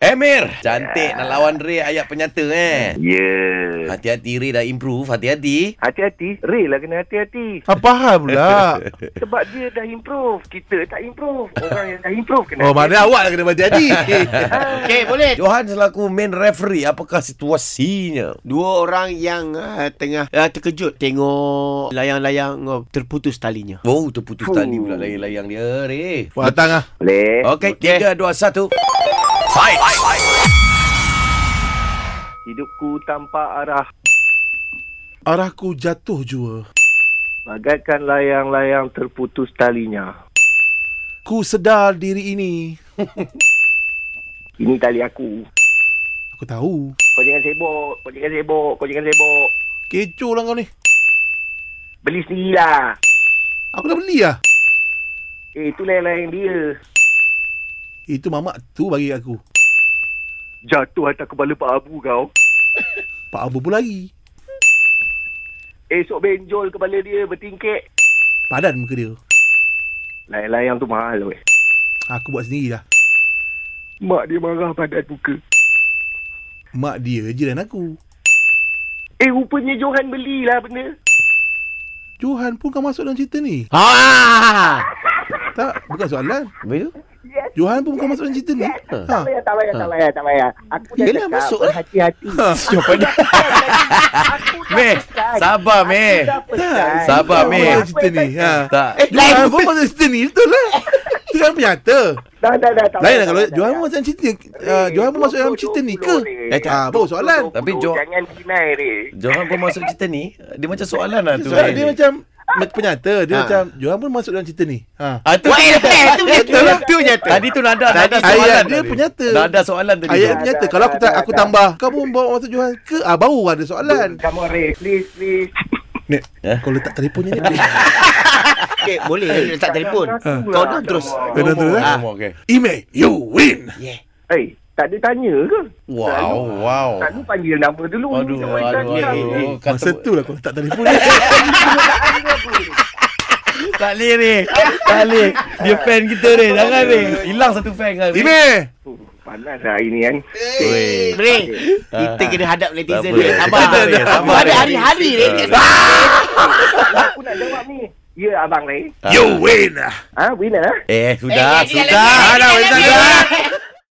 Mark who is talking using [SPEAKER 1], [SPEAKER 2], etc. [SPEAKER 1] Eh Mir Cantik nak lawan Ray ayat penyata eh
[SPEAKER 2] Yeah.
[SPEAKER 1] Hati-hati Ray dah improve Hati-hati
[SPEAKER 2] Hati-hati. Ray lah kena hati-hati.
[SPEAKER 3] Apa hal Ah, pula?
[SPEAKER 2] Sebab dia dah improve. Kita tak improve. Orang yang dah improve kena
[SPEAKER 3] Oh, mana awak lah kena berhati-hati.
[SPEAKER 4] Okey, boleh.
[SPEAKER 1] Johan selaku main referee Apakah situasinya
[SPEAKER 4] Dua orang yang uh, tengah uh, terkejut tengok layang-layang uh, terputus talinya.
[SPEAKER 1] Oh terputus
[SPEAKER 2] Fuh.
[SPEAKER 1] tadi pula layang-layang dia Ray
[SPEAKER 3] Batang ah.
[SPEAKER 2] Boleh.
[SPEAKER 1] Okey
[SPEAKER 4] Okey.
[SPEAKER 1] 3, 2, 1
[SPEAKER 2] Hidupku tanpa arah.
[SPEAKER 3] Arahku jatuh jua.
[SPEAKER 2] Bagaikan layang-layang terputus talinya.
[SPEAKER 3] Ku sedar diri ini.
[SPEAKER 2] Ini tali aku.
[SPEAKER 3] Aku tahu.
[SPEAKER 2] Kau jangan sibuk. Kau jangan sibuk. Kau jangan sibuk.
[SPEAKER 3] Kecoh lah kau ni.
[SPEAKER 2] Beli sendirilah.
[SPEAKER 3] Aku dah beli lah.
[SPEAKER 2] Eh, itu layang-layang dia.
[SPEAKER 3] Itu mamak tu bagi aku.
[SPEAKER 2] Jatuh atas kepala Pak Abu kau.
[SPEAKER 3] Pak Abu pun lagi.
[SPEAKER 2] Esok benjol kepala dia bertingkek.
[SPEAKER 3] Padan muka dia.
[SPEAKER 2] Layang-layang tu mahal weh.
[SPEAKER 3] Aku buat sendirilah.
[SPEAKER 2] Mak dia marah padat muka.
[SPEAKER 3] Mak dia jiran aku.
[SPEAKER 2] Eh, rupanya Johan belilah benda.
[SPEAKER 3] Johan pun kau masuk dalam cerita ni.
[SPEAKER 4] Ha!
[SPEAKER 3] Tak, bukan soalan.
[SPEAKER 1] Habis tu
[SPEAKER 3] Johan pun kau masuk dalam cerita ni. Ha.
[SPEAKER 2] payah, tak payah, tak payah, tak payah. Aku dah
[SPEAKER 1] Yelah,
[SPEAKER 2] cakap
[SPEAKER 1] masuk lah.
[SPEAKER 2] berhati-hati.
[SPEAKER 3] Ha. Jawapan dia.
[SPEAKER 2] aku dah
[SPEAKER 1] Meh,
[SPEAKER 2] pesan.
[SPEAKER 1] sabar, Meh.
[SPEAKER 2] Aku dah pesan.
[SPEAKER 1] Sabar,
[SPEAKER 2] Kau
[SPEAKER 1] Meh.
[SPEAKER 2] apa
[SPEAKER 3] Masuk cerita
[SPEAKER 2] yang
[SPEAKER 3] ni.
[SPEAKER 2] tak-
[SPEAKER 3] Ha.
[SPEAKER 1] Tak Eh,
[SPEAKER 3] Johan pun masuk cerita ni. Betul lah. Itu kan penyata.
[SPEAKER 2] Dah, dah, dah. tak
[SPEAKER 3] Lain
[SPEAKER 2] payah,
[SPEAKER 3] lah kalau
[SPEAKER 2] tak payah, tak
[SPEAKER 3] Johan pun
[SPEAKER 2] payah.
[SPEAKER 3] masuk dalam cerita. Uh, Johan pun masuk dalam cerita ni ke?
[SPEAKER 2] Reh.
[SPEAKER 1] Eh,
[SPEAKER 3] Ah, baru soalan.
[SPEAKER 1] Tapi
[SPEAKER 2] Joh
[SPEAKER 1] Jo-
[SPEAKER 2] Jangan deny, Reh.
[SPEAKER 1] Johan pun masuk cerita ni Dia macam soalan lah tu
[SPEAKER 3] Soalan
[SPEAKER 1] Ray.
[SPEAKER 3] dia macam macam penyata. Dia
[SPEAKER 4] Ha.
[SPEAKER 3] macam Johan pun masuk dalam cerita ni. Ha.
[SPEAKER 1] Ah, tu
[SPEAKER 4] Wah, eh, tu punya
[SPEAKER 1] Betul lah.
[SPEAKER 4] tu punya tu.
[SPEAKER 1] Tadi tu nada Nada soalan
[SPEAKER 3] Ayat dia penyata.
[SPEAKER 1] Nada soalan tadi
[SPEAKER 3] Ayat
[SPEAKER 1] tu.
[SPEAKER 3] dia penyata.
[SPEAKER 2] Dah,
[SPEAKER 3] Kalau
[SPEAKER 2] dah,
[SPEAKER 3] aku tak
[SPEAKER 2] dah,
[SPEAKER 3] aku
[SPEAKER 2] dah.
[SPEAKER 3] tambah, kamu bawa masuk Johan ke? Ah baru ada soalan.
[SPEAKER 2] Come on, Reh. Please, please.
[SPEAKER 3] Nek,
[SPEAKER 1] Eh?
[SPEAKER 3] kau letak teleponnya ni.
[SPEAKER 4] Okey, eh, boleh. Dia letak telefon.
[SPEAKER 1] Ha.
[SPEAKER 2] Satu
[SPEAKER 4] Kau
[SPEAKER 2] lah,
[SPEAKER 4] dah terus.
[SPEAKER 2] come
[SPEAKER 3] Kau
[SPEAKER 2] on.
[SPEAKER 3] dah terus eh?
[SPEAKER 1] Ah, okey.
[SPEAKER 3] Email, you win.
[SPEAKER 2] Eh, tak ada tanya ke?
[SPEAKER 1] Wow Wow
[SPEAKER 2] Tak ada panggil nama dulu.
[SPEAKER 1] Oh. Aduh
[SPEAKER 2] Tak boleh
[SPEAKER 1] Aduh
[SPEAKER 2] tanya. Eh,
[SPEAKER 1] Aduh
[SPEAKER 3] Masa
[SPEAKER 1] Kata-
[SPEAKER 3] tu lah kau letak telefon ni.
[SPEAKER 1] Tak boleh ni Tak boleh Dia fan kita ni Jangan ni Hilang satu fan kan
[SPEAKER 3] Email.
[SPEAKER 2] Oh, Panas lah hari ni kan.
[SPEAKER 1] Weh.
[SPEAKER 4] Bre,
[SPEAKER 1] Ah,
[SPEAKER 4] kita kena hadap netizen
[SPEAKER 1] Tak
[SPEAKER 4] ni.
[SPEAKER 1] apa.
[SPEAKER 4] Sabar.
[SPEAKER 1] Tak ada, sabar,
[SPEAKER 4] Ada
[SPEAKER 1] Ray.
[SPEAKER 4] hari-hari eh, ni.
[SPEAKER 2] Aku nak jawab ni. Ya, abang Reh.
[SPEAKER 3] You win. Ah,
[SPEAKER 2] Ha, winner.
[SPEAKER 1] ah, Eh sudah Sudah
[SPEAKER 4] Eh, eh, dia lagi, dia lagi, dia lagi.